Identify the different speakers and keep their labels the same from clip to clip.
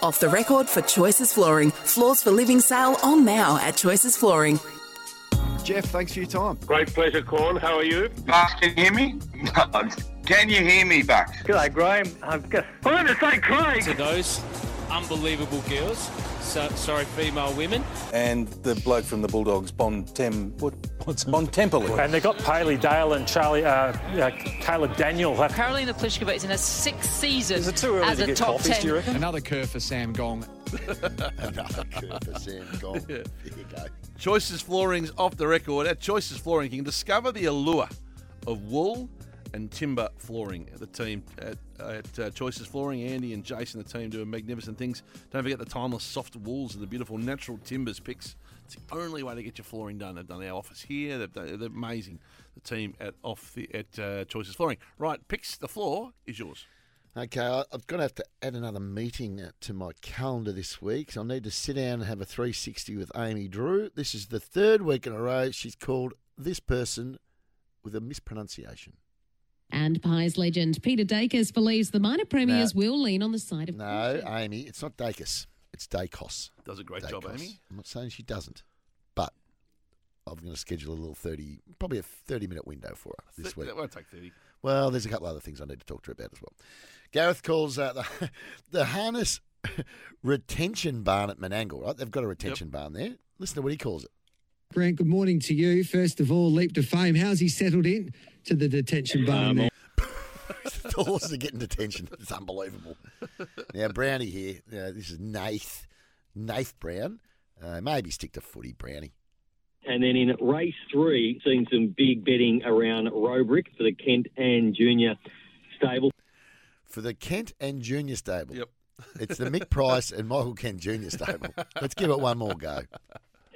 Speaker 1: Off the record for Choices Flooring. Floors for Living sale on now at Choices Flooring.
Speaker 2: Jeff, thanks for your time.
Speaker 3: Great pleasure, Corn. How are you?
Speaker 4: Buck, can you hear me? can you hear me, Buck?
Speaker 5: G'day, Graham. I've got... I'm going to say Craig.
Speaker 6: To those unbelievable girls, so, sorry, female women.
Speaker 7: And the bloke from the Bulldogs, Bon Tem... What? Bon Temple.
Speaker 5: And they got Paley Dale and Charlie, uh, uh, Caleb Daniel.
Speaker 8: Carolina Pliskova is in her sixth season as a top
Speaker 5: coffees, do you
Speaker 8: ten.
Speaker 5: reckon?
Speaker 9: Another curve for Sam Gong.
Speaker 2: for Sam Gong. There you go.
Speaker 10: Choices Flooring's off the record. At Choices Flooring, you can discover the allure of wool and timber flooring. The team at, at uh, Choices Flooring, Andy and Jason, the team doing magnificent things. Don't forget the timeless soft wools and the beautiful natural timbers picks. It's the only way to get your flooring done. They've done our office here. They've done, they're amazing. The team at off the, at uh, Choices Flooring. Right, picks the floor is yours.
Speaker 2: Okay, I- I've got to have to add another meeting uh, to my calendar this week. So I need to sit down and have a 360 with Amy Drew. This is the third week in a row she's called this person with a mispronunciation.
Speaker 11: And Pies legend Peter Dacus believes the minor premiers will lean on the side of
Speaker 2: No, Amy, it's not Dacus. It's Dacos.
Speaker 10: Does a great job,
Speaker 2: Dacos.
Speaker 10: Amy.
Speaker 2: I'm not saying she doesn't, but I'm going to schedule a little 30, probably a 30 minute window for her this
Speaker 10: Th-
Speaker 2: week.
Speaker 10: That won't take 30.
Speaker 2: Well, there's a couple other things I need to talk to her about as well. Gareth calls uh, the the harness retention barn at Menangle, right? They've got a retention barn there. Listen to what he calls it.
Speaker 12: Grant, good morning to you. First of all, leap to fame. How's he settled in to the detention barn there?
Speaker 2: the horses are getting detention. It's unbelievable. now, Brownie here. Uh, this is Nath. Nath Brown. Uh, maybe stick to footy, Brownie.
Speaker 13: And then in race three, seeing some big betting around Robrick for the Kent and Junior stable.
Speaker 2: For the Kent and Junior stable.
Speaker 10: Yep.
Speaker 2: It's the Mick Price and Michael Kent Junior stable. Let's give it one more go.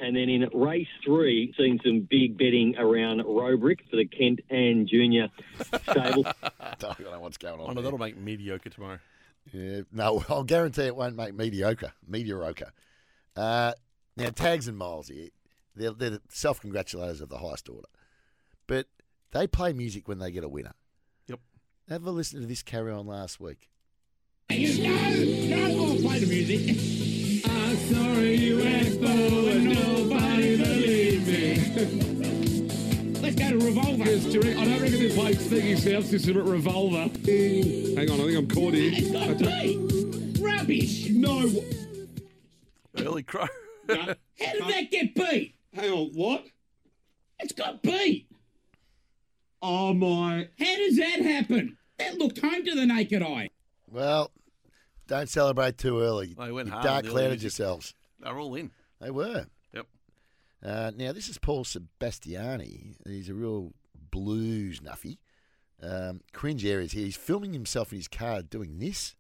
Speaker 13: And then in race three, seeing some big betting around Robrick for the Kent and Junior stable.
Speaker 2: I don't know what's going
Speaker 10: Oh, no,
Speaker 2: on. there.
Speaker 10: that'll make mediocre tomorrow.
Speaker 2: Yeah, no, I'll guarantee it won't make mediocre. Mediocre. Uh, now, Tags and Miles here, they're, they're the self congratulators of the highest order. But they play music when they get a winner.
Speaker 10: Yep.
Speaker 2: Have a listen to this carry on last week.
Speaker 10: Early crow.
Speaker 14: How did that get beat? Hang on, what? It's got beat. Oh my! How does that happen? That looked home to the naked eye.
Speaker 2: Well, don't celebrate too early.
Speaker 10: They went
Speaker 2: you
Speaker 10: hard on
Speaker 2: dark
Speaker 10: the early
Speaker 2: clouded
Speaker 10: music.
Speaker 2: yourselves.
Speaker 10: They're all in.
Speaker 2: They were.
Speaker 10: Yep.
Speaker 2: Uh, now, this is Paul Sebastiani. He's a real blues nuffy. Um, cringe areas here. He's filming himself in his car doing this.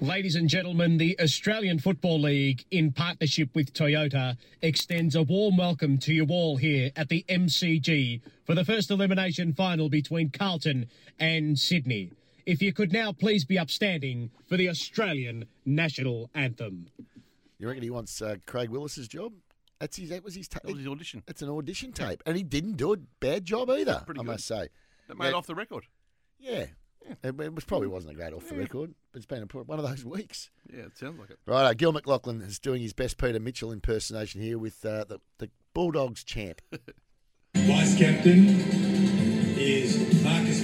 Speaker 14: Ladies and gentlemen, the Australian Football League, in partnership with Toyota, extends a warm welcome to you all here at the MCG for the first elimination final between Carlton and Sydney. If you could now please be upstanding for the Australian national anthem.
Speaker 2: You reckon he wants uh, Craig Willis's job? That's his. That was his. Ta-
Speaker 10: That was his audition.
Speaker 2: it's an audition tape, and he didn't do a bad job either.
Speaker 10: pretty
Speaker 2: I must say,
Speaker 10: That made
Speaker 2: Yeah.
Speaker 10: off the record.
Speaker 2: yeah, it, it was probably wasn't a great off the record, but it's been a, pro- one of those weeks.
Speaker 10: Yeah, it sounds like it.
Speaker 2: Right, Gil McLaughlin is doing his best Peter Mitchell impersonation here with uh, the the Bulldogs chant.
Speaker 14: Vice captain is Marcus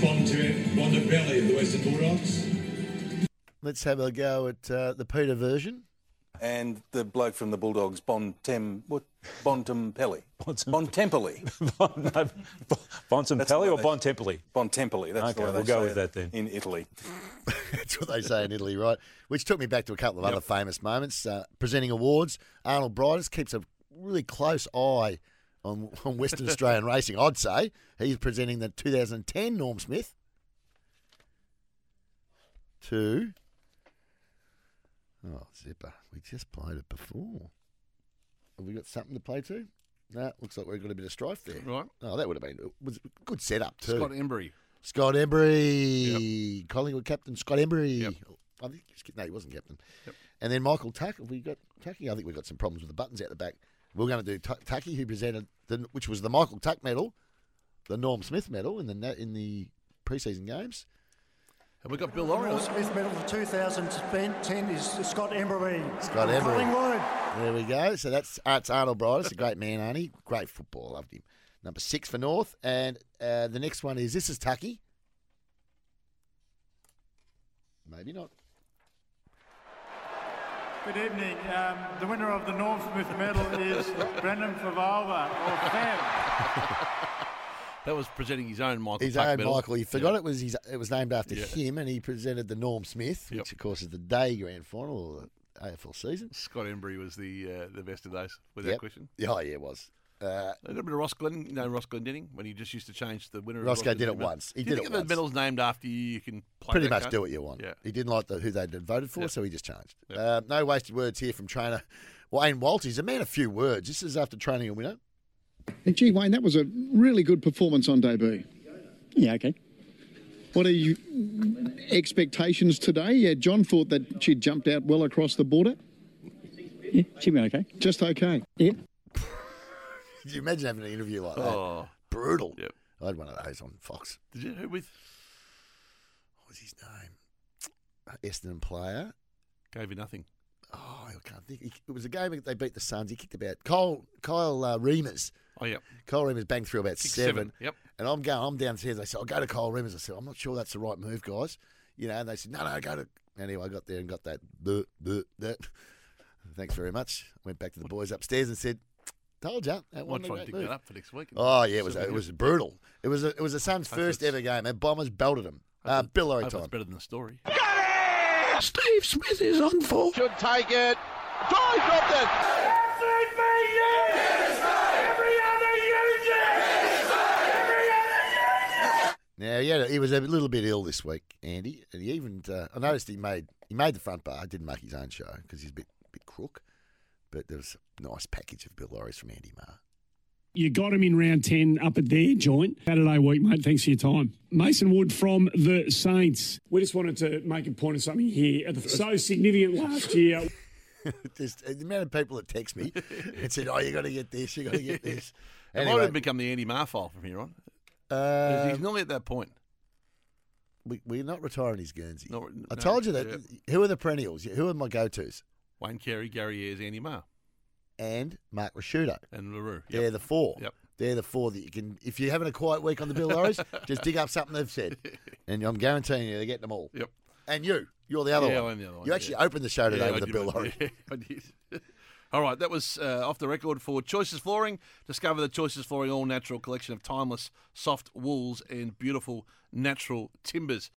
Speaker 14: Belly of the Western Bulldogs.
Speaker 2: Let's have a go at uh, the Peter version.
Speaker 7: And the bloke from the Bulldogs, Bon Tem... What? Bon Tempelli. Bon Tempelli.
Speaker 6: Bontempelli or Bontempelli?
Speaker 7: Bon Tempelli. That's the
Speaker 6: Okay,
Speaker 7: way
Speaker 6: we'll
Speaker 7: they
Speaker 6: go
Speaker 7: say
Speaker 6: with
Speaker 7: it
Speaker 6: that then.
Speaker 7: In Italy.
Speaker 2: That's what they say in Italy, right? Which took me back to a couple of other famous moments. Uh, presenting awards, Arnold Brightus keeps a really close eye on, on Western Australian racing, I'd say. He's presenting the 2010 Norm Smith to Oh, zipper. We just played it before. Have we got something to play to? No, looks like we've got a bit of strife there.
Speaker 10: Right.
Speaker 2: Oh, that would have been it was a good setup too.
Speaker 10: Scott Embry.
Speaker 2: Scott Embry. Collingwood captain Scott Embry. I think he was, no, he wasn't captain. And then Michael Tuck. Have we got Tucky? I think we've got some problems with the buttons out the back. We're going to do Tuck- Tucky, who presented the, which was the Michael Tuck medal, the Norm Smith medal in the na- in the preseason games.
Speaker 10: Have we got Bill Oriel?
Speaker 9: Smith Medal for 2010 is Scott Embry.
Speaker 2: Scott Embry.
Speaker 9: Collingwood.
Speaker 2: There we go. So that's uh, it's Arnold Brightus, a great man, Arnie. Great football, loved him. Number six for North, and uh, the next one is this is Tucky. Maybe not.
Speaker 15: Good evening. Um, the winner of the Norm Smith Medal is Brendan Favalva, or Fab.
Speaker 10: That was presenting his own Michael
Speaker 2: his
Speaker 10: Tuck
Speaker 2: own
Speaker 10: medal.
Speaker 2: Michael. He forgot it was his, it was named after
Speaker 10: Yeah.
Speaker 2: him, and he presented the Norm Smith, which of course is the day grand final of the AFL season.
Speaker 10: Scott Embry was the uh, the best of those, without
Speaker 2: Yep.
Speaker 10: question.
Speaker 2: Yeah, oh, yeah, it was. Uh,
Speaker 10: A little bit of Ross Glenn, no Ross Glendinning, when he just used to change the winner. of
Speaker 2: Roscoe
Speaker 10: Ross's
Speaker 2: did it
Speaker 10: medal.
Speaker 2: once. He
Speaker 10: Do
Speaker 2: did
Speaker 10: you think
Speaker 2: it
Speaker 10: if
Speaker 2: once.
Speaker 10: the medal's named after you, you can play
Speaker 2: pretty
Speaker 10: that
Speaker 2: much
Speaker 10: card?
Speaker 2: do what you want.
Speaker 10: Yeah.
Speaker 2: He didn't like the, who they'd voted for, so he just changed. Uh, no wasted words here from trainer Wayne Walters. A man of few words. This is after training a winner.
Speaker 16: Gee, Wayne, that was a really good performance on debut. Yeah, okay. What are you expectations today? Yeah, John thought that she jumped out well across the border. Yeah, she been okay. Just okay. Yeah.
Speaker 2: Could you imagine having an interview like that?
Speaker 10: Oh.
Speaker 2: Brutal. I had one of those on Fox.
Speaker 10: Did you? Who with?
Speaker 2: What was his name? Uh, Essendon player.
Speaker 10: Gave you nothing.
Speaker 2: Oh, I can't think. It was a game that they beat the Suns. He kicked about Kyle Kyle uh, Reimers.
Speaker 10: Oh, yeah.
Speaker 2: Kyle Reimers banged through about
Speaker 10: Kicked
Speaker 2: seven.
Speaker 10: seven, yep.
Speaker 2: And I'm going. I'm downstairs. They said, "I'll go to Kyle Reimers." I said, "I'm not sure that's the right move, guys." You know. And they said, "No, no, go to." Anyway, I got there and got that. Bleh, bleh, bleh. Thanks very much. Went back to the boys upstairs and said, "Told you." That
Speaker 10: Might
Speaker 2: wasn't a
Speaker 10: try and
Speaker 2: great
Speaker 10: dig
Speaker 2: move."
Speaker 10: that up for next week.
Speaker 2: Oh yeah, it was
Speaker 10: See what
Speaker 2: it
Speaker 10: we
Speaker 2: was
Speaker 10: get.
Speaker 2: brutal. It was a, it was the Suns'
Speaker 10: Hopefully
Speaker 2: first
Speaker 10: it's-
Speaker 2: ever game, and Bombers belted them. Uh, Bill Lowry
Speaker 10: Hope
Speaker 2: time.
Speaker 10: it's better than the story.
Speaker 2: Steve Smith is on for.
Speaker 17: Should take it. Drive dropped it.
Speaker 2: Now he, had a, he was a little bit ill this week, Andy, and he even uh, I noticed he made he made the front bar. Didn't make his own show because he's a bit bit crook. But there was a nice package of Bill Lorries from Andy Marr.
Speaker 18: You got him in round 10 up at their joint. Saturday week, mate. Thanks for your time. Mason Wood from the Saints. We just wanted to make a point of something here. So significant last year.
Speaker 2: Just uh, the amount of people that text me and said, "Oh, you got to get this, you got to get this."
Speaker 10: It might
Speaker 2: Anyway,
Speaker 10: have become the Andy Marr file from here on. 'Cause
Speaker 2: uh,
Speaker 10: he's normally at that point.
Speaker 2: we, we're not retiring his Guernsey.
Speaker 10: No,
Speaker 2: I
Speaker 10: no,
Speaker 2: told you that.
Speaker 10: yeah.
Speaker 2: Who are the perennials? Who are my go-to's?
Speaker 10: Wayne Carey, Gary Ayres, Andy Marr,
Speaker 2: And Mark Rashudo.
Speaker 10: and LaRue.
Speaker 2: They're the four.
Speaker 10: Yep.
Speaker 2: They're the four that you can. If you're having a quiet week on the Bill Lorries, just dig up something they've said, and I'm guaranteeing you they're getting them all.
Speaker 10: Yep.
Speaker 2: And you, you're the other
Speaker 10: yeah,
Speaker 2: one.
Speaker 10: I'm the other one.
Speaker 2: You actually
Speaker 10: yeah.
Speaker 2: opened the show today
Speaker 10: Yeah,
Speaker 2: with
Speaker 10: I
Speaker 2: the
Speaker 10: did,
Speaker 2: Bill
Speaker 10: mate.
Speaker 2: Lorries.
Speaker 10: Yeah, I did. All right, that was uh, off the record for Choices Flooring. Discover the Choices Flooring all natural collection of timeless soft wools and beautiful natural timbers.